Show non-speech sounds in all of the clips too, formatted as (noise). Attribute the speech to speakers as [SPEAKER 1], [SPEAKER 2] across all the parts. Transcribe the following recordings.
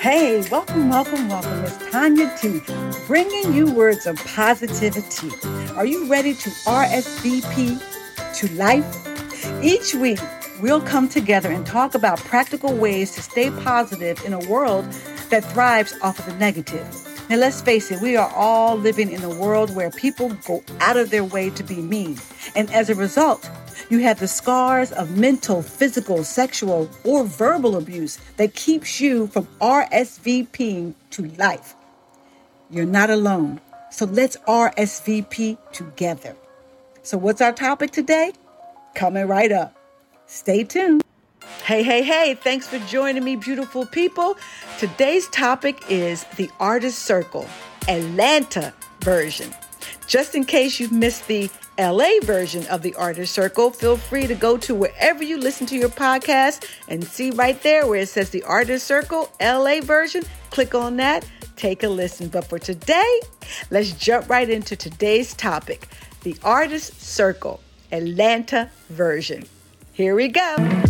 [SPEAKER 1] Hey, welcome, welcome, welcome. It's Tanya T, bringing you words of positivity. Are you ready to RSVP to life? Each week, we'll come together and talk about practical ways to stay positive in a world that thrives off of the negative. Now, let's face it, we are all living in a world where people go out of their way to be mean. And as a result, you have the scars of mental, physical, sexual, or verbal abuse that keeps you from RSVPing to life. You're not alone. So let's RSVP together. So, what's our topic today? Coming right up. Stay tuned. Hey, hey, hey, thanks for joining me, beautiful people. Today's topic is the Artist Circle, Atlanta version. Just in case you've missed the LA version of the Artist Circle, feel free to go to wherever you listen to your podcast and see right there where it says the Artist Circle LA version. Click on that, take a listen. But for today, let's jump right into today's topic the Artist Circle Atlanta version. Here we go.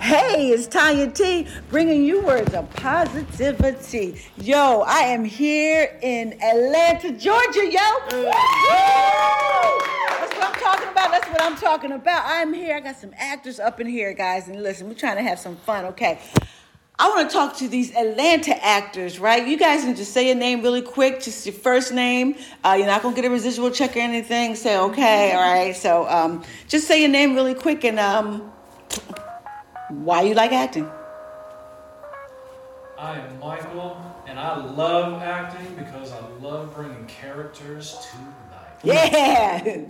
[SPEAKER 1] Hey, it's Tanya T bringing you words of positivity. Yo, I am here in Atlanta, Georgia, yo. Woo-hoo! That's what I'm talking about. That's what I'm talking about. I'm here. I got some actors up in here, guys. And listen, we're trying to have some fun, okay? I want to talk to these Atlanta actors, right? You guys can just say your name really quick, just your first name. Uh, you're not going to get a residual check or anything. Say, okay, all right. So um, just say your name really quick and um, why you like acting.
[SPEAKER 2] I am Michael, and I love acting because I love bringing characters to life.
[SPEAKER 1] Yeah.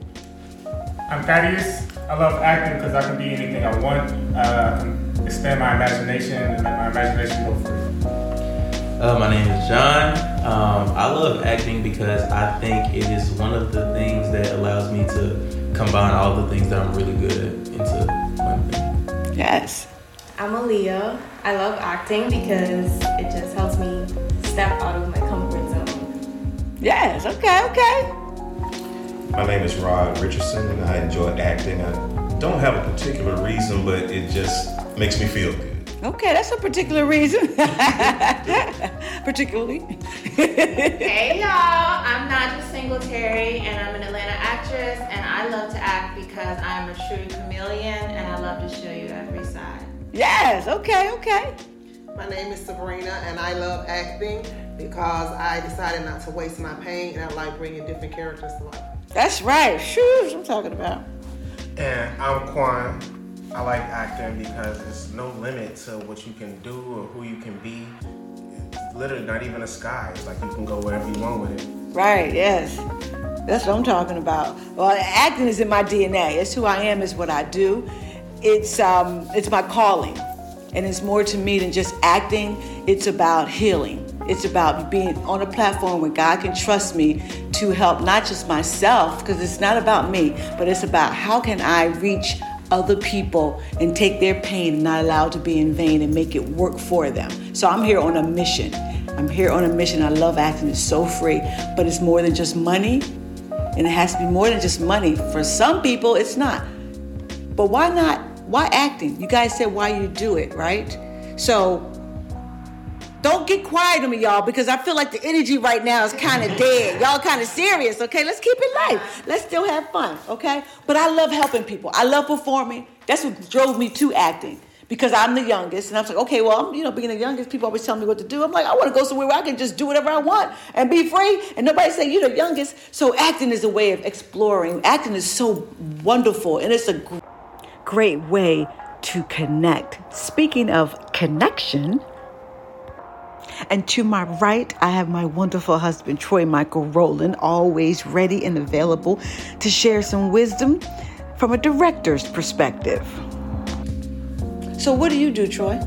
[SPEAKER 3] I'm Thaddeus. I love acting because I can be anything I want. Uh, I can expand my imagination and let my imagination go free.
[SPEAKER 4] Uh, my name is John. Um, I love acting because I think it is one of the things that allows me to combine all the things that I'm really good at into one thing.
[SPEAKER 1] Yes.
[SPEAKER 5] I'm a Leo. I love acting because it just helps me step out of my comfort zone.
[SPEAKER 1] Yes. Okay. Okay.
[SPEAKER 6] My name is Rod Richardson, and I enjoy acting. I don't have a particular reason, but it just makes me feel good.
[SPEAKER 1] Okay. That's a particular reason. (laughs) Particularly.
[SPEAKER 5] Hey y'all, I'm Naja Singletary and I'm an Atlanta actress and I love to act because I'm a true chameleon and I love to show you every side.
[SPEAKER 1] Yes. Okay. Okay.
[SPEAKER 7] My name is Sabrina, and I love acting because I decided not to waste my pain, and I like bringing different characters to life.
[SPEAKER 1] That's right. Shoes. I'm talking about.
[SPEAKER 8] And I'm Quan. I like acting because there's no limit to what you can do or who you can be. It's literally not even a sky. It's like you can go wherever you want with it.
[SPEAKER 1] Right. Yes. That's what I'm talking about. Well, acting is in my DNA. It's who I am. It's what I do. It's um, it's my calling, and it's more to me than just acting. It's about healing. It's about being on a platform where God can trust me to help not just myself, because it's not about me, but it's about how can I reach other people and take their pain and not allow it to be in vain and make it work for them. So I'm here on a mission. I'm here on a mission. I love acting. It's so free, but it's more than just money. And it has to be more than just money. For some people, it's not. But why not? Why acting? You guys said why you do it, right? So don't get quiet on me, y'all, because I feel like the energy right now is kind of dead. Y'all kind of serious, okay? Let's keep it light. Let's still have fun, okay? But I love helping people. I love performing. That's what drove me to acting because I'm the youngest, and I'm like, okay, well, I'm you know being the youngest, people always tell me what to do. I'm like, I want to go somewhere where I can just do whatever I want and be free, and nobody say you're the youngest. So acting is a way of exploring. Acting is so wonderful, and it's a gr- great way to connect. Speaking of connection. And to my right, I have my wonderful husband, Troy Michael Rowland, always ready and available to share some wisdom from a director's perspective. So, what do you do, Troy?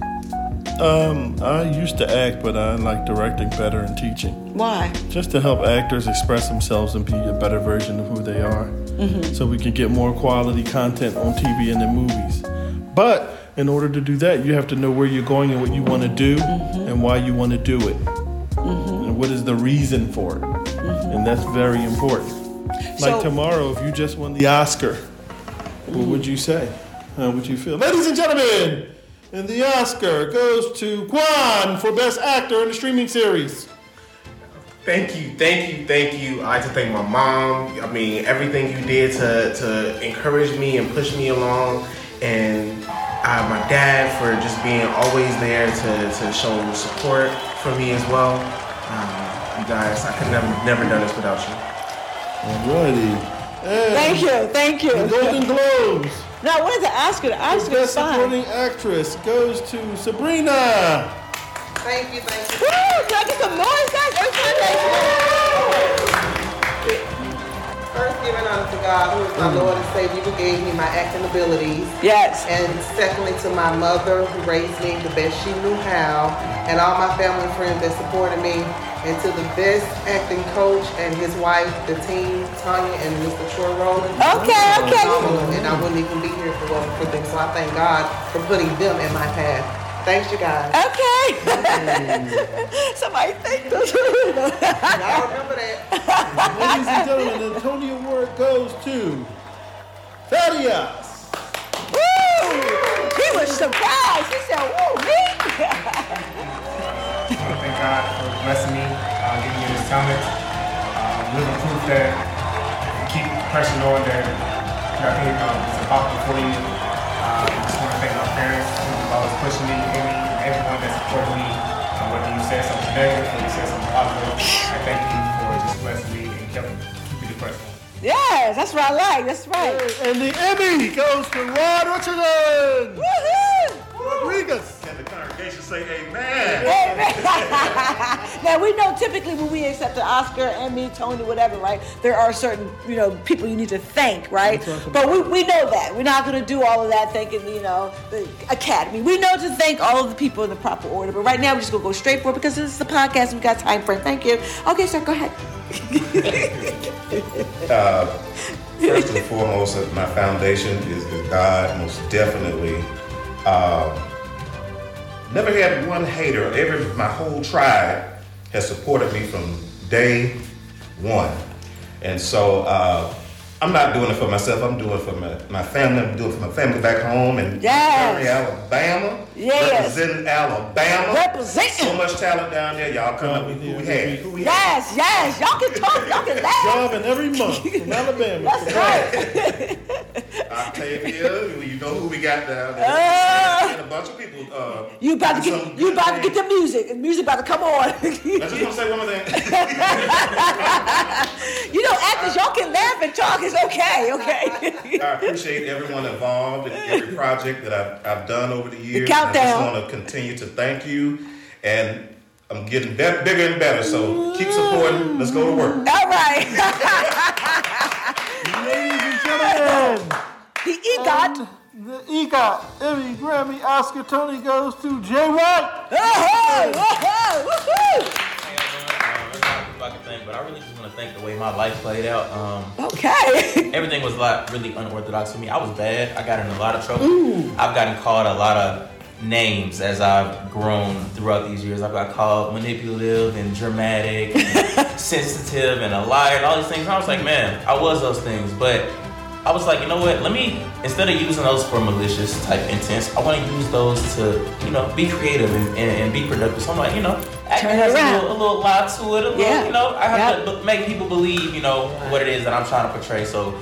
[SPEAKER 9] Um, I used to act, but I like directing better and teaching,
[SPEAKER 1] (laughs) Why?
[SPEAKER 9] just to help actors express themselves and be a better version of who they are, so we can get more quality content on TV and in movies. But in order to do that, you have to know where you're going and what you want to do, and why you want to do it, and what is the reason for it, and that's very important. Like
[SPEAKER 1] So-
[SPEAKER 9] tomorrow, if you just won the Oscar, what would you say? how would you feel? Ladies and gentlemen, and the Oscar goes to Quan for Best Actor in the streaming series.
[SPEAKER 8] Thank you, thank you, thank you. I have to thank my mom. I mean, everything you did to, to encourage me and push me along, and uh, my dad for just being always there to, to show support for me as well. Um, you guys, I could never never done this without you.
[SPEAKER 9] Alrighty. And
[SPEAKER 1] Thank you, thank you.
[SPEAKER 9] the Golden Globes.
[SPEAKER 1] No, what is the Oscar? The Oscar is
[SPEAKER 9] Best
[SPEAKER 1] fine. Woo!
[SPEAKER 9] Supporting Actress goes to Sabrina.
[SPEAKER 1] (laughs)
[SPEAKER 7] Thank you, thank you.
[SPEAKER 1] Can I get some noise, guys? Everybody, thank you.
[SPEAKER 7] First, giving honor to God, who is my Lord and Savior, who gave me my acting abilities.
[SPEAKER 1] Mm. Yes.
[SPEAKER 7] And secondly, to my mother, who raised me the best she knew how, and all my family and friends that supported me, and to the best acting coach and his wife, the team, Tanya and Mr. Troy Rowland.
[SPEAKER 1] Okay, okay.
[SPEAKER 7] Phenomenal, And I wouldn't even be here if it wasn't for them. So I thank God for putting them in my path. Thanks, you guys.
[SPEAKER 1] Okay. (laughs) Somebody thank us.
[SPEAKER 7] Y'all remember that.
[SPEAKER 9] Ladies and gentlemen, the Tony Award goes to Thaddeus.
[SPEAKER 1] Woo! He was surprised. He said, woo, me?
[SPEAKER 3] I want to thank God for blessing me, uh, giving me this talent, um, living proof that if you keep pressing on that nothing um, is about before you. Um, I just want to thank my parents who was always pushing me, Amy, and everyone that supported me. Um, whether you said something negative or you said something positive, I thank you for just blessing me and kept keeping the pressure.
[SPEAKER 1] Yes, that's what I like. That's right.
[SPEAKER 9] And the Emmy goes to Rod Richardson.
[SPEAKER 1] Woohoo! (laughs)
[SPEAKER 9] Rodriguez.
[SPEAKER 6] Can the congregation say amen?
[SPEAKER 1] Amen. now we know typically when we accept an Oscar, Emmy, Tony, whatever, right? There are certain you know people you need to thank, right? But we, we know that we're not going to do all of that thanking you know the Academy. We know to thank all of the people in the proper order. But right now we're just going to go straight for it because this is the podcast. We got time for it. Thank you. Okay, sir, go ahead.
[SPEAKER 6] (laughs) Uh, First and foremost, uh, my foundation is with God, most definitely. Um, never had one hater. Every my whole tribe has supported me from day one, and so uh, I'm not doing it for myself. I'm doing it for my, my family. I'm doing it for my family back home in
[SPEAKER 1] Yes.
[SPEAKER 6] Montgomery, Alabama.
[SPEAKER 1] Yes.
[SPEAKER 6] Representing Alabama.
[SPEAKER 1] Representing.
[SPEAKER 6] So much talent down there, y'all. Come up with who we had. Who we had.
[SPEAKER 1] Yes, yes, y'all can talk, y'all can laugh.
[SPEAKER 9] Job in every month from Alabama.
[SPEAKER 1] That's right.
[SPEAKER 6] Octavia, you know who we got down there.
[SPEAKER 1] Ah.
[SPEAKER 6] and a bunch of people. Uh,
[SPEAKER 1] You about to
[SPEAKER 6] did
[SPEAKER 1] get
[SPEAKER 6] some
[SPEAKER 1] you
[SPEAKER 6] good
[SPEAKER 1] about to
[SPEAKER 6] things.
[SPEAKER 1] get the music. The music about to come on.
[SPEAKER 6] I just want to say one more thing.
[SPEAKER 1] (laughs) you know, actors, y'all can laugh and talk. It's okay, okay.
[SPEAKER 6] I appreciate everyone involved in every project that I've, I've done over the years.
[SPEAKER 1] The
[SPEAKER 6] And I
[SPEAKER 1] countdown.
[SPEAKER 6] just want to continue to thank you. And I'm getting better, bigger and better. So keep supporting. Let's go to work.
[SPEAKER 1] All right.
[SPEAKER 9] Ladies and gentlemen, Um,
[SPEAKER 1] The EGOT.
[SPEAKER 9] the EGOT, Emmy, Grammy, Oscar, Tony goes to Jay White.
[SPEAKER 1] Oh, oh,
[SPEAKER 4] There's a lot of people I can thank, but I really just want to thank the way my life played out. Um,
[SPEAKER 1] woohoo. Okay.
[SPEAKER 4] everything was like really unorthodox for me. I was bad. I got in a lot of trouble. I've gotten called a lot of names as I've grown throughout these years. I've got called manipulative and dramatic, and sensitive and a liar, and all these things. And I was like, man, I was those things, but. I was like, you know what? Let me instead of using those for malicious type intents, I want to use those to, you know, be creative and, and, and be productive. So I'm like, you know, acting
[SPEAKER 1] Turn it
[SPEAKER 4] has a
[SPEAKER 1] around.
[SPEAKER 4] little, a little lie to it, a little,
[SPEAKER 1] Yeah.
[SPEAKER 4] you know, I have
[SPEAKER 1] Yeah.
[SPEAKER 4] to but make people believe, you know, what it is that I'm trying to portray. So,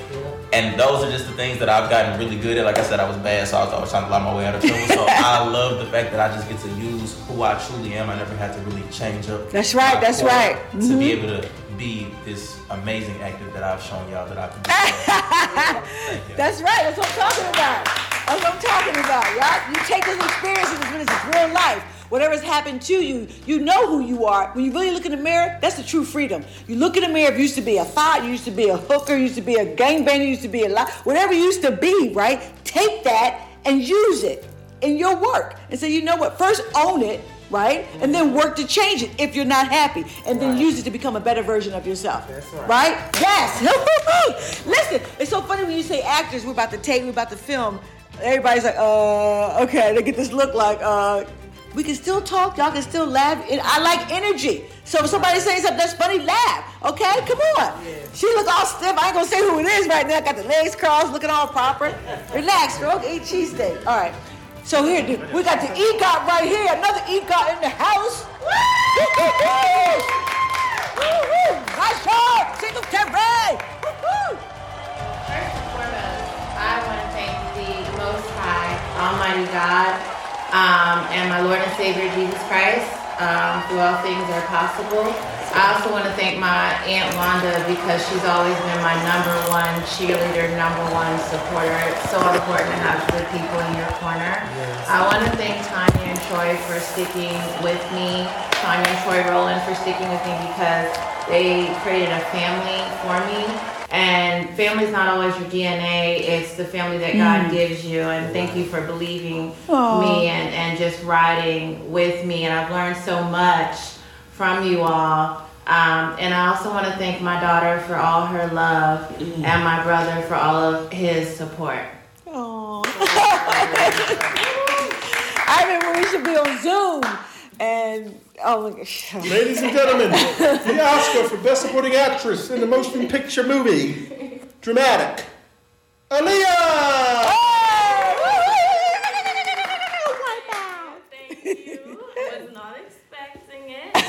[SPEAKER 4] and those are just the things that I've gotten really good at. Like I said, I was bad, so I was always trying to lie my way out of trouble.
[SPEAKER 1] (laughs)
[SPEAKER 4] So I love the fact that I just get to use who I truly am. I never had to really change up.
[SPEAKER 1] That's right,
[SPEAKER 4] my
[SPEAKER 1] that's
[SPEAKER 4] core
[SPEAKER 1] right. Mm-hmm.
[SPEAKER 4] To be able to be this amazing actor that I've shown y'all that I can be. Thank you.
[SPEAKER 1] (laughs) That's right. That's what I'm talking about. That's what I'm talking about. Y'all, you take those experiences as when it's real life. Whatever's happened to you, you know who you are. When you really look in the mirror, that's the true freedom. You look in the mirror, if you used to be a fight, you used to be a hooker, you used to be a gangbanger, you used to be a lot, whatever you used to be, right? Take that and use it in your work and say, you know what? First own it, right? And then work to change it if you're not happy. And then use it to become a better version of yourself. That's right. Right? Yes. (laughs) Listen, it's so funny when you say actors, we're about to take, we're about to film. Everybody's like, uh, okay, they get this look like, uh, We can still talk. Y'all can still laugh. And I like energy. So if somebody's saying something that's funny, laugh. Okay, come on. She look all stiff. I ain't gonna say who it is right now. Got the legs crossed, looking all proper. Relax, girl. Eat cheesesteak. All right. So here, dude, we got the E EGOT right here. Another E EGOT in the house. Woo-hoo-hoo! Woo-hoo! Nice job, single Terry. Woo-hoo!
[SPEAKER 5] First and foremost, I want to thank the Most High, Almighty God, um, and my Lord and Savior Jesus Christ. Um, through all things are possible. I also want to thank my Aunt Wanda because she's always been my number one cheerleader, number one supporter. It's so important to have good people in your corner. I want to thank Tanya and Troy for sticking with me, Tanya and Troy Rowland for sticking with me because they created a family for me. And family's not always your DNA, it's the family that God gives you. And thank you for believing me and, and just riding with me. And I've learned so much from you all. Um, and I also want to thank my daughter for all her love and my brother for all of his support.
[SPEAKER 1] (laughs) I remember we should be on Zoom, and oh my gosh,
[SPEAKER 10] Ladies and gentlemen, the Oscar for Best Supporting Actress in the Motion Picture Movie, dramatic, Aaliyah.
[SPEAKER 1] Oh.
[SPEAKER 11] Thank you. I was not expecting
[SPEAKER 1] (laughs)
[SPEAKER 11] it. but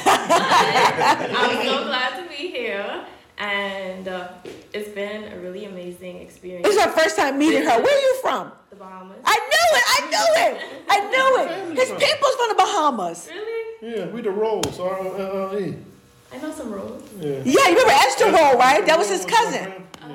[SPEAKER 11] I'm so glad to be here. And uh, it's been a really amazing experience.
[SPEAKER 1] this is our first time meeting her. Where are you from?
[SPEAKER 11] The Bahamas.
[SPEAKER 1] I knew it. I knew it. I knew it. His people's from the Bahamas.
[SPEAKER 11] Really?
[SPEAKER 10] Yeah, we the Rolls, R O L L E.
[SPEAKER 11] I know some rules.
[SPEAKER 1] Yeah, you remember Esther Roll, right? That was his cousin.
[SPEAKER 11] Oh.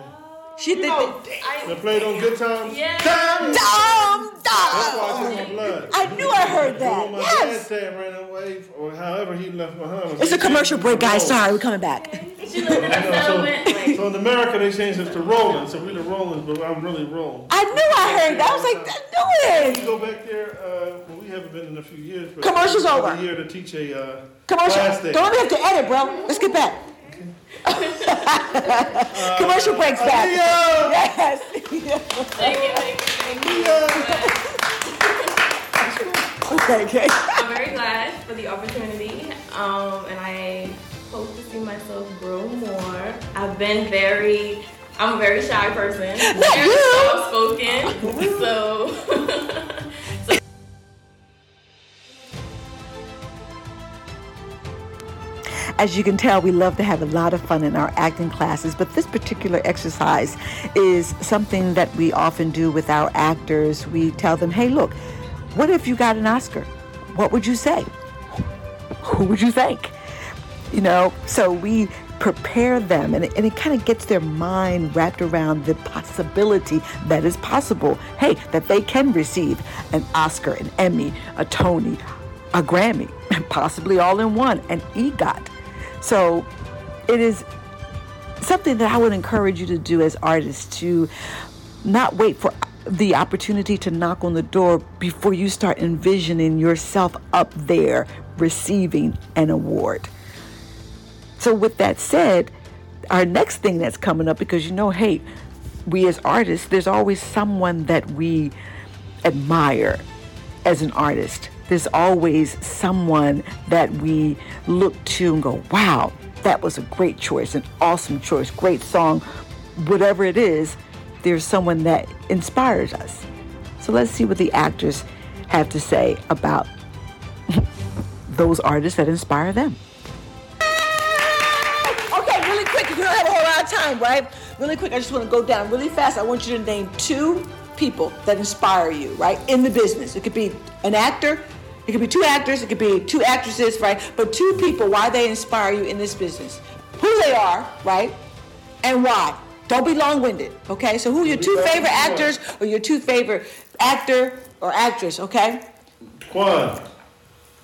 [SPEAKER 1] She did.
[SPEAKER 10] They
[SPEAKER 11] I,
[SPEAKER 10] played on Good Times.
[SPEAKER 11] Yeah.
[SPEAKER 10] Time.
[SPEAKER 1] Dom,
[SPEAKER 10] That's
[SPEAKER 1] Dom.
[SPEAKER 10] why it's in my blood.
[SPEAKER 1] I knew I heard
[SPEAKER 10] Well,
[SPEAKER 1] that.
[SPEAKER 10] my
[SPEAKER 1] Yes.
[SPEAKER 10] dad dad ran away, or however he left behind.
[SPEAKER 1] It's a commercial break, guys. Sorry, we're coming back.
[SPEAKER 11] she lived in a settlement.
[SPEAKER 10] So, so in America, they changed it to Rollins. So we the Rollins, but I'm really Roll.
[SPEAKER 1] I knew I heard that. I was like, I knew
[SPEAKER 10] You
[SPEAKER 1] it.
[SPEAKER 10] go back there. Uh, well, we haven't been in a few years. But
[SPEAKER 1] Commercial's
[SPEAKER 10] every
[SPEAKER 1] over.
[SPEAKER 10] year to teach a uh, class
[SPEAKER 1] Commercial.
[SPEAKER 10] there.
[SPEAKER 1] Don't even have to edit, bro. Let's get
[SPEAKER 10] (laughs)
[SPEAKER 1] back. (laughs) Commercial breaks back.
[SPEAKER 10] Aaliyah!
[SPEAKER 1] Yes.
[SPEAKER 11] Thank you, thank you, thank you.
[SPEAKER 1] okay, okay.
[SPEAKER 11] I'm very glad for the opportunity, um, and I hope to see myself grow more. I've been very, I'm a very shy person, very
[SPEAKER 1] you.
[SPEAKER 11] soft-spoken, so.
[SPEAKER 1] As you can tell, we love to have a lot of fun in our acting classes, but this particular exercise is something that we often do with our actors. We tell them, hey, look, what if you got an Oscar? What would you say? Who would you thank? You know, so we prepare them and it, and it kind of gets their mind wrapped around the possibility that is possible. Hey, that they can receive an Oscar, an Emmy, a Tony, a Grammy, (laughs) possibly all in one, an EGOT. So it is something that I would encourage you to do as artists to not wait for the opportunity to knock on the door before you start envisioning yourself up there receiving an award. So, with that said, our next thing that's coming up, because you know, hey, we as artists, there's always someone that we admire as an artist. There's always someone that we look to and go, wow, that was a great choice, an awesome choice, great song, whatever it is, there's someone that inspires us. So, let's see what the actors have to say about those artists that inspire them. Okay, really quick, because we don't have a whole lot of time, right? Really quick, I just want to go down really fast. I want you to name two people that inspire you, right, in the business. It could be an actor, it could be two actors, it could be two actresses, right? But two people, why they inspire you in this business, who they are, right, and why. Don't be long-winded, okay? So who are your two favorite actors or your two favorite actor or actress, okay?
[SPEAKER 8] One,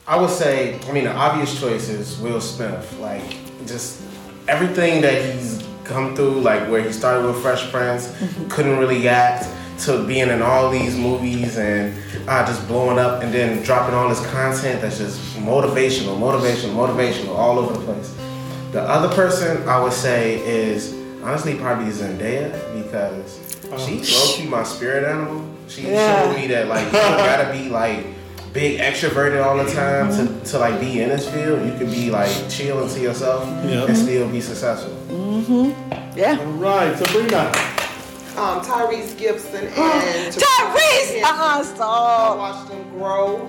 [SPEAKER 8] I would say, I mean, the obvious choice is Will Smith. Like, just everything that he's come through, like where he started with Fresh Prince, couldn't really act, to being in all these movies and uh, just blowing up and then dropping all this content that's just motivational, motivational, motivational, all over the place. The other person I would say is honestly probably Zendaya because she's low key my spirit animal. She showed me that like you don't gotta be like big extroverted all the time
[SPEAKER 9] Mm-hmm.
[SPEAKER 8] to, to like be in this field, you could be like chilling to yourself and still be successful.
[SPEAKER 1] Mm-hmm. Yeah.
[SPEAKER 9] All right, Sabrina.
[SPEAKER 7] Um, Tyrese Gibson
[SPEAKER 1] (gasps)
[SPEAKER 7] and
[SPEAKER 1] Tyrese. Uh-uh,
[SPEAKER 7] I watched them grow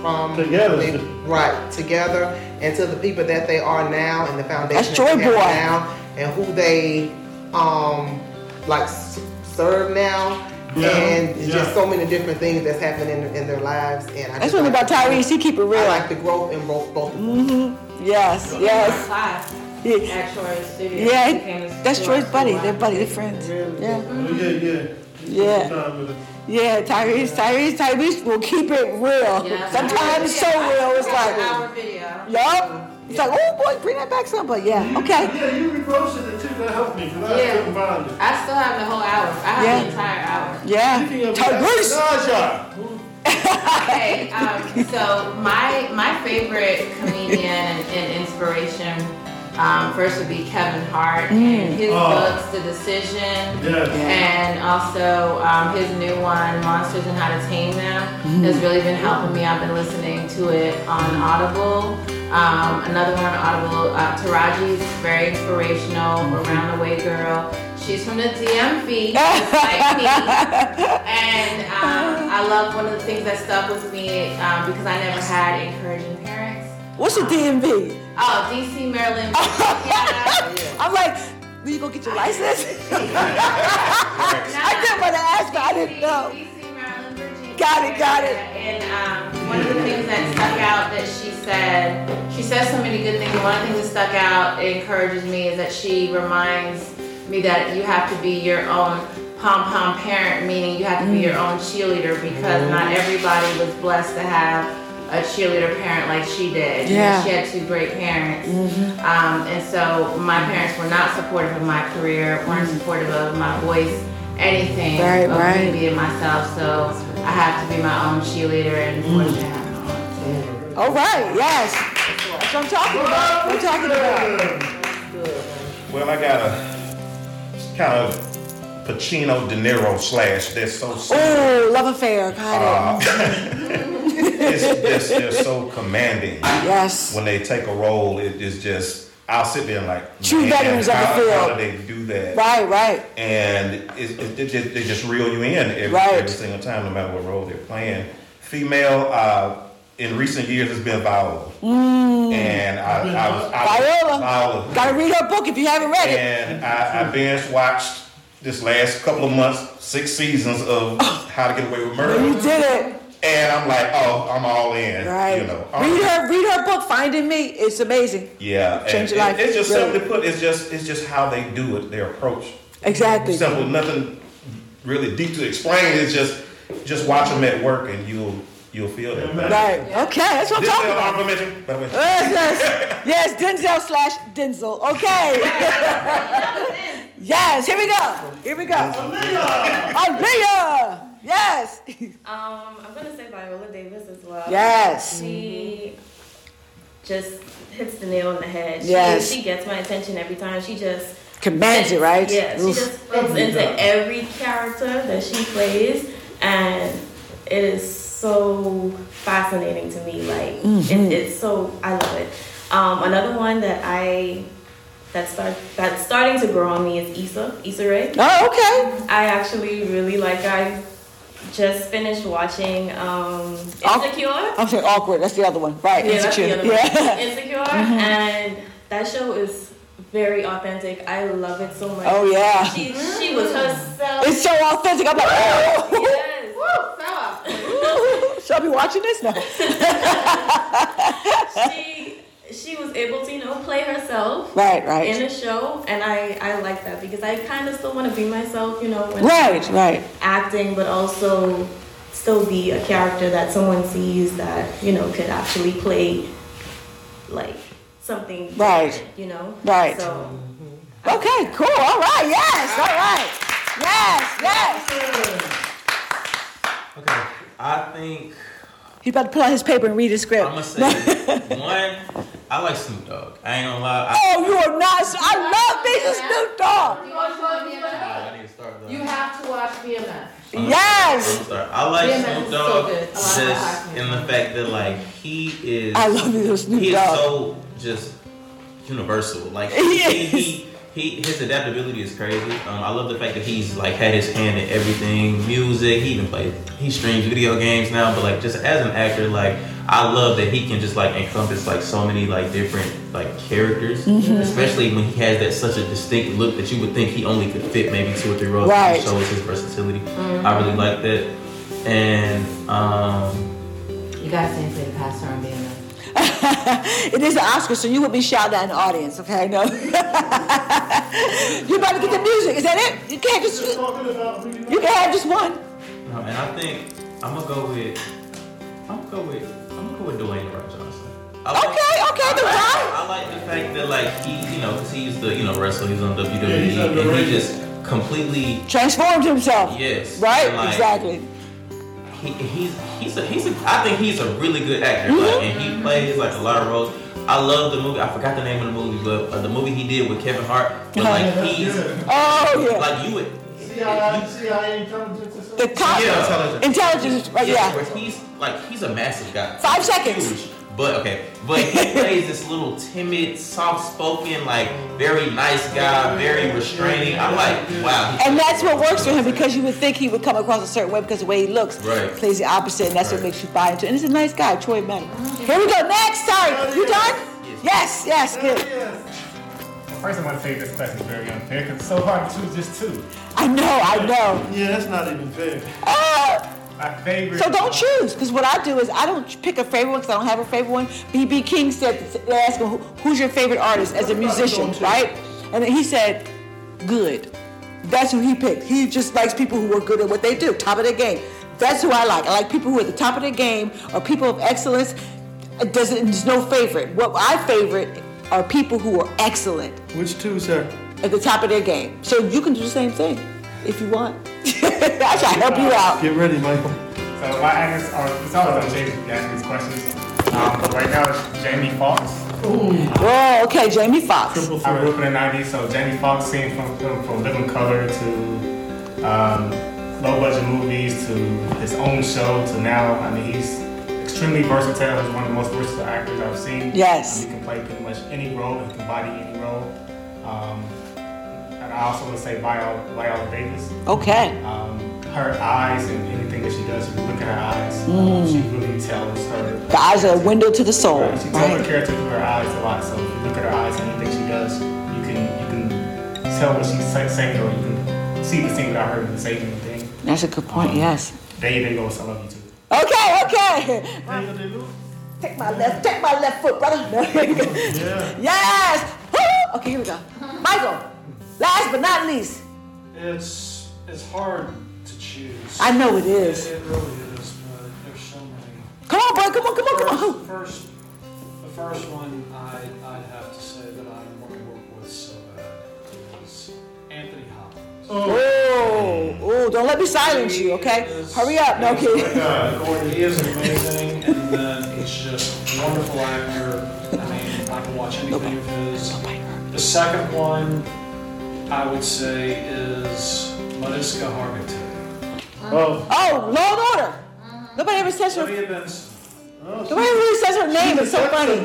[SPEAKER 7] from
[SPEAKER 9] Together.
[SPEAKER 7] the- right together, and to the people that they are now, and the foundation
[SPEAKER 1] That's
[SPEAKER 7] that
[SPEAKER 1] Joy
[SPEAKER 7] they have
[SPEAKER 1] Boy.
[SPEAKER 7] now, and who they um like s- serve now.
[SPEAKER 1] Yeah,
[SPEAKER 7] And it's
[SPEAKER 1] yeah.
[SPEAKER 7] just so many different things that's happening in, in their lives, and I
[SPEAKER 1] That's
[SPEAKER 7] just
[SPEAKER 1] one
[SPEAKER 7] like
[SPEAKER 1] thing about
[SPEAKER 7] to-
[SPEAKER 1] Tyrese. He keep it real.
[SPEAKER 7] I like the growth in both both.
[SPEAKER 1] Mm-hmm. Yes. Yes.
[SPEAKER 5] Class
[SPEAKER 1] Yeah.
[SPEAKER 5] at Troy's studio. He came
[SPEAKER 1] Yeah,
[SPEAKER 5] to
[SPEAKER 1] that's
[SPEAKER 5] Troy
[SPEAKER 1] Troy's buddy.
[SPEAKER 5] School.
[SPEAKER 1] They're buddy. They're friends. Yeah.
[SPEAKER 9] Oh, yeah, yeah.
[SPEAKER 1] Yeah. Yeah, Tyrese, Tyrese, Tyrese will keep it real.
[SPEAKER 5] Yeah.
[SPEAKER 1] Sometimes it's so real, it's like,
[SPEAKER 5] An hour video.
[SPEAKER 1] yup. It's like, oh boy, bring that back some. But yeah, okay.
[SPEAKER 9] Yeah, you reposted it too. That helped me because I
[SPEAKER 5] Yeah.
[SPEAKER 9] couldn't find it.
[SPEAKER 5] I still have the whole hour. I have
[SPEAKER 1] Yeah.
[SPEAKER 5] the entire hour.
[SPEAKER 1] Yeah.
[SPEAKER 9] Tyrese!
[SPEAKER 5] okay, um, so my my favorite comedian and, and inspiration um, first would be Kevin Hart
[SPEAKER 1] Mm.
[SPEAKER 5] and his
[SPEAKER 11] Oh.
[SPEAKER 5] books, The Decision,
[SPEAKER 11] Yes.
[SPEAKER 5] and also um, his new one, Monsters and How to Tame Them,
[SPEAKER 11] Mm.
[SPEAKER 5] has really been helping me. I've been listening to it on Audible. Um, another one on Audible, uh, Taraji is very inspirational, Around the Way Girl. She's from the DMV, just like me. And um, I love one of the things that stuck with me um, because I never had encouraging parents.
[SPEAKER 1] What's your DMV?
[SPEAKER 5] Oh, DC, Maryland.
[SPEAKER 1] I'm like, will you go get your license? (laughs) I didn't want to ask, but I didn't know. Got it, got it.
[SPEAKER 5] And um, one of the things that stuck out that she said, she says so many good things. and One of the things that stuck out, it encourages me, is that she reminds me that you have to be your own pom pom parent, meaning you have to
[SPEAKER 1] Mm.
[SPEAKER 5] be your own cheerleader because not everybody was blessed to have a cheerleader parent like she did. You know,
[SPEAKER 11] Yeah.
[SPEAKER 5] She had two great parents.
[SPEAKER 1] Mm-hmm.
[SPEAKER 5] Um, and so my parents were not supportive of my career, weren't
[SPEAKER 1] Mm.
[SPEAKER 5] supportive of my voice, anything
[SPEAKER 1] Right,
[SPEAKER 5] of
[SPEAKER 1] right.
[SPEAKER 5] me being myself. So I have to be my own cheerleader and fortunate.
[SPEAKER 1] Mm. All right, yes. That's what I'm talking about. What I'm talking about.
[SPEAKER 6] Well, I got a kind of Pacino De Niro slash. They're so similar.
[SPEAKER 1] Oh, love affair. Got it.
[SPEAKER 6] Uh, it's just they're so commanding.
[SPEAKER 1] Yes.
[SPEAKER 6] When they take a role, it is just I'll sit there and like
[SPEAKER 1] True
[SPEAKER 6] "Man,
[SPEAKER 1] veterans of the
[SPEAKER 6] how, How
[SPEAKER 1] field."
[SPEAKER 6] do they do that?
[SPEAKER 1] Right, right.
[SPEAKER 6] And it, it, they just, they just reel you in every,
[SPEAKER 1] Right.
[SPEAKER 6] every single time, no matter what role they're playing. Female uh, in recent years has been Viola,
[SPEAKER 1] Mm.
[SPEAKER 6] and I, I, was I,
[SPEAKER 1] Viola.
[SPEAKER 6] Viola.
[SPEAKER 1] Gotta read her book if you haven't read it.
[SPEAKER 6] And I, I binge watched this last couple of months six seasons of How to Get Away with Murder.
[SPEAKER 1] Oh. You did it.
[SPEAKER 6] And I'm like, oh, I'm all in.
[SPEAKER 1] Right.
[SPEAKER 6] You know. Um,
[SPEAKER 1] read her read her book, Finding Me. It's amazing.
[SPEAKER 6] Yeah. and
[SPEAKER 1] Change your
[SPEAKER 6] it-
[SPEAKER 1] life.
[SPEAKER 6] It's just
[SPEAKER 1] Really.
[SPEAKER 6] simply put, it's just it's just how they do it, their approach.
[SPEAKER 1] Exactly.
[SPEAKER 6] Simple, nothing really deep to explain. It's just just watch them at work and you'll you'll feel that.
[SPEAKER 1] Right. Okay, that's what I'm
[SPEAKER 6] This
[SPEAKER 1] talking
[SPEAKER 6] is
[SPEAKER 1] about.
[SPEAKER 6] complimentary, by the way. (laughs)
[SPEAKER 1] Yes, yes. yes, Denzel slash Denzel.
[SPEAKER 11] (laughs)
[SPEAKER 1] Okay. (laughs) yes, here we go. Here we go. Aaliyah. Yes.
[SPEAKER 11] Um, I'm gonna say Viola Davis as well.
[SPEAKER 1] Yes.
[SPEAKER 11] She just hits the nail on the head. She,
[SPEAKER 1] Yes.
[SPEAKER 11] She gets my attention every time. She just
[SPEAKER 1] Commands it, right?
[SPEAKER 11] Yeah. She
[SPEAKER 1] Oof.
[SPEAKER 11] just flips into every character that she plays, and it is so fascinating to me. Like
[SPEAKER 1] Mhm.
[SPEAKER 11] it, it's so I love it. Um, another one that I that start that's starting to grow on me is Issa Issa Rae.
[SPEAKER 1] Oh, okay.
[SPEAKER 11] I actually really like. I just finished watching um,
[SPEAKER 1] Awk-
[SPEAKER 11] Insecure.
[SPEAKER 1] I'm sorry, awkward. That's the other one. Right.
[SPEAKER 11] Yeah, that's the
[SPEAKER 1] insecure.
[SPEAKER 11] other one. (laughs)
[SPEAKER 1] yeah.
[SPEAKER 11] Insecure,
[SPEAKER 1] Mhm.
[SPEAKER 11] and that show is very authentic. I love it so much.
[SPEAKER 1] Oh, yeah.
[SPEAKER 11] she, she was herself.
[SPEAKER 1] (laughs) It's so authentic. I'm like, (laughs) oh.
[SPEAKER 11] Yes.
[SPEAKER 1] Should I be watching this now?
[SPEAKER 11] she she was able to you know play herself
[SPEAKER 1] Right, right.
[SPEAKER 11] in a show, and I I like that because I kind of still want to be myself, you know. When
[SPEAKER 1] Right, right.
[SPEAKER 11] acting, but also still be a character that someone sees that you know could actually play like something different,
[SPEAKER 1] Right.
[SPEAKER 11] you know
[SPEAKER 1] Right.
[SPEAKER 11] so
[SPEAKER 1] Okay, cool. All right. Yes. All right. Yes. Yes.
[SPEAKER 4] I think
[SPEAKER 1] He about to pull out his paper and read his script.
[SPEAKER 4] I'ma say one. I like Snoop Dogg. I ain't gonna lie. I,
[SPEAKER 1] (laughs) Oh, you are not. I love me some Snoop Dogg.
[SPEAKER 5] You watch BMF?
[SPEAKER 4] I need to start though.
[SPEAKER 5] You have to watch BMF.
[SPEAKER 1] Yes.
[SPEAKER 4] I'm sorry. I like
[SPEAKER 1] DMX
[SPEAKER 4] Snoop
[SPEAKER 1] is so
[SPEAKER 4] Dogg
[SPEAKER 1] good. I like
[SPEAKER 4] just in the fact that like he is.
[SPEAKER 1] I love you, Snoop
[SPEAKER 4] He is
[SPEAKER 1] Dogg.
[SPEAKER 4] so just universal. Like
[SPEAKER 1] He
[SPEAKER 4] he, he, he his adaptability is crazy. Um, I love the fact that he's like had his hand in everything, music. He even plays. He streams video games now. But like just as an actor, like I love that he can just like encompass like so many like different like characters,
[SPEAKER 1] Mhm.
[SPEAKER 4] especially when he has that such a distinct look that you would think he only could fit maybe two or three roles.
[SPEAKER 1] Right. Mm-hmm.
[SPEAKER 4] It shows his versatility.
[SPEAKER 5] Mhm.
[SPEAKER 4] I really like that. And um,
[SPEAKER 5] You guys didn't play the pastor on BMF.
[SPEAKER 1] It is an Oscar, so you will be shouted at in the audience, okay? No. (laughs) you about to get the music. Is that it? You can't just. You can have just one.
[SPEAKER 4] no, and I think I'm gonna go with I'm gonna go with I'm gonna go with Dwayne The Rock Johnson. I like-
[SPEAKER 1] Okay, okay, the rock.
[SPEAKER 4] I like the fact that like he, you know, because he's the you know wrestler, he's on WWE,
[SPEAKER 1] Yeah, he's
[SPEAKER 4] and
[SPEAKER 1] underrated.
[SPEAKER 4] he just completely
[SPEAKER 1] Transformed himself.
[SPEAKER 4] yes,
[SPEAKER 1] Right?
[SPEAKER 4] and, like,
[SPEAKER 1] exactly.
[SPEAKER 4] He, he's he's a, he's a, I think he's a really good actor, like, and he plays like a lot of roles. I love the movie. I forgot the name of the movie, but uh, the movie he did with Kevin Hart, but like
[SPEAKER 1] Uh-huh.
[SPEAKER 4] he's
[SPEAKER 1] Oh, yeah.
[SPEAKER 4] like you would
[SPEAKER 10] CIA, CIA intelligence. or
[SPEAKER 1] The
[SPEAKER 10] something?
[SPEAKER 1] cop. Intelligence, right, yeah.
[SPEAKER 4] where He's like he's a massive guy.
[SPEAKER 1] Five seconds.
[SPEAKER 4] But okay, but
[SPEAKER 1] (laughs)
[SPEAKER 4] he plays this little timid, soft-spoken, like very nice guy, very restraining. I'm like, wow.
[SPEAKER 1] And that's what works for him because you would think he would come across a certain way because the way he looks
[SPEAKER 4] Right.
[SPEAKER 1] plays the opposite, and that's what makes you buy into it. And he's a nice guy, Troy Mann. Here we go. Next, sorry. You done? Yes, yes, good.
[SPEAKER 3] First, I want to say this class is very unfair because it's so hard to choose just two.
[SPEAKER 1] I know, I know.
[SPEAKER 3] Yeah, that's not even fair.
[SPEAKER 1] Uh,
[SPEAKER 3] My favorite.
[SPEAKER 1] So don't choose, because what I do is I don't pick a favorite one because I don't have a favorite one. BB King said, they asked him, "Who- who's your favorite artist as a musician, right? And then he said, good. That's who he picked. He just likes people who are good at what they do, top of their game. That's who I like. I like people who are at the top of their game or people of excellence. It doesn't, there's no favorite. What I favorite are people who are excellent
[SPEAKER 10] Which two, sir?
[SPEAKER 1] at the top of their game. So you can do the same thing if you want. (laughs) I try to help you out.
[SPEAKER 10] Get ready, Michael.
[SPEAKER 3] So my actors are, uh, it's always on Jamie to ask these questions. Um, but right now it's Jamie Foxx.
[SPEAKER 1] Whoa, okay, Jamie Foxx.
[SPEAKER 3] I grew up in the 90s, so Jamie Foxx seen from, from, from Living Color to um, low budget movies to his own show to now. I mean, he's extremely versatile. He's one of the most versatile actors I've seen. I
[SPEAKER 1] Yes.
[SPEAKER 3] mean, he can play pretty much any role, he can body any role. Um, and I also want to say Viola, Viola Davis.
[SPEAKER 1] Okay.
[SPEAKER 3] Um, her eyes and anything that she does, if you look at her eyes, um,
[SPEAKER 1] Mm.
[SPEAKER 3] she really tells her
[SPEAKER 1] The eyes are a window to the soul.
[SPEAKER 3] Right. She tells her character through her eyes a lot. So if you look at her eyes and anything she does, you can you can tell what she's say- saying, or you can see the scene without her even saying anything.
[SPEAKER 1] That's a good point, yes.
[SPEAKER 3] There you go. I love you too.
[SPEAKER 1] Okay, okay. Take my left, take my left foot, brother. (laughs) Yes. Woo! Okay, here we go. Michael, last but not least.
[SPEAKER 2] It's it's hard to choose.
[SPEAKER 1] I know it is.
[SPEAKER 2] It, it really is, but there's so many.
[SPEAKER 1] Come on, boy, come on, come on, come on.
[SPEAKER 2] First, the first one I I'd have to say that I want to work with so bad is Anthony Hopkins.
[SPEAKER 1] Oh, oh, don't let me silence you, okay? Hurry up, no kidding.
[SPEAKER 2] Uh, he is amazing, and then he's just a wonderful actor. I mean, I can watch anything of his. The second one, I would say, is Mariska Hargitay.
[SPEAKER 1] Oh, Law and Order. Nobody ever says her.
[SPEAKER 2] Nobody ever
[SPEAKER 9] Oh,
[SPEAKER 1] ever says her name. It's so funny.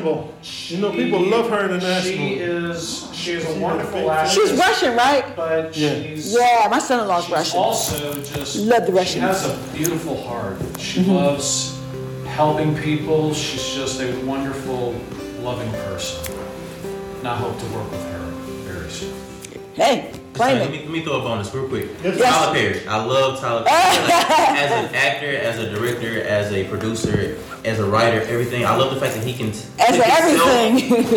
[SPEAKER 10] You know, people love her in the
[SPEAKER 2] She
[SPEAKER 10] national.
[SPEAKER 2] is she is a wonderful actress.
[SPEAKER 1] She's Russian, right?
[SPEAKER 2] But she's
[SPEAKER 1] Yeah, my son-in-law's Russian.
[SPEAKER 2] also just
[SPEAKER 1] Love the
[SPEAKER 2] She
[SPEAKER 1] Russians.
[SPEAKER 2] has a beautiful heart. She
[SPEAKER 1] Mhm.
[SPEAKER 2] loves helping people. She's just a wonderful, loving person. And I hope to work with her very soon.
[SPEAKER 1] Hey,
[SPEAKER 4] claim Let me, let me throw a bonus real quick.
[SPEAKER 2] Yes.
[SPEAKER 4] Tyler Perry. I love Tyler Perry. Like, as an actor, as a director, as a producer, as a writer, everything. I love the fact that he can
[SPEAKER 1] As
[SPEAKER 4] take himself
[SPEAKER 1] everything.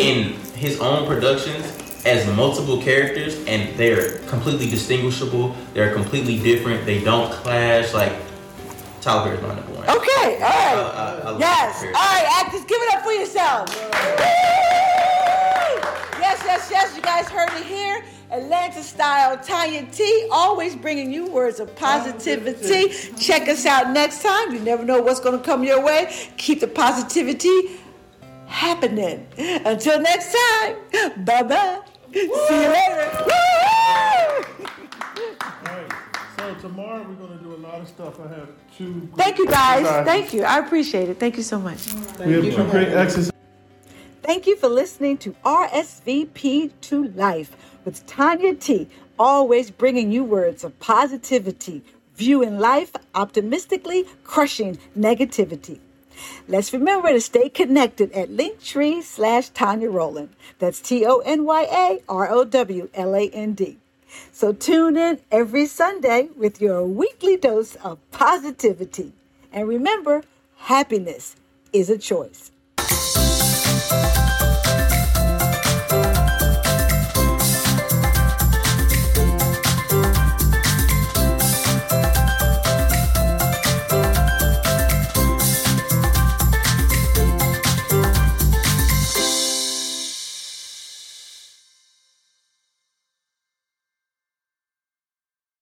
[SPEAKER 4] (laughs) in his own productions as multiple characters, and they're completely distinguishable. They're completely different. They don't clash. Like Tyler Perry's my number one.
[SPEAKER 1] Okay,
[SPEAKER 4] I-
[SPEAKER 1] all right.
[SPEAKER 4] I- I love
[SPEAKER 1] Yes.
[SPEAKER 4] Tyler
[SPEAKER 1] All
[SPEAKER 4] Perry.
[SPEAKER 1] right, actors, give it up for yourselves. Woo! Yes, yes, yes. You guys heard it here. Atlanta style Tanya T, always bringing you words of positivity. Check us out next time. You never know what's going to come your way. Keep the positivity happening. Until next time, bye bye. See you later. Woo!
[SPEAKER 9] So tomorrow we're going to do a lot of stuff. I have two. great
[SPEAKER 12] Thank you guys.
[SPEAKER 9] exercises.
[SPEAKER 12] Thank you. I appreciate it. Thank you so much.
[SPEAKER 9] We have two great exercises.
[SPEAKER 1] Thank you for listening to RSVP to Life with Tanya T, always bringing you words of positivity, viewing life optimistically, crushing negativity. Let's remember to stay connected at linktree slash Tanya Roland. That's T O N Y A R O W L A N D. So tune in every Sunday with your weekly dose of positivity. And remember, happiness is a choice.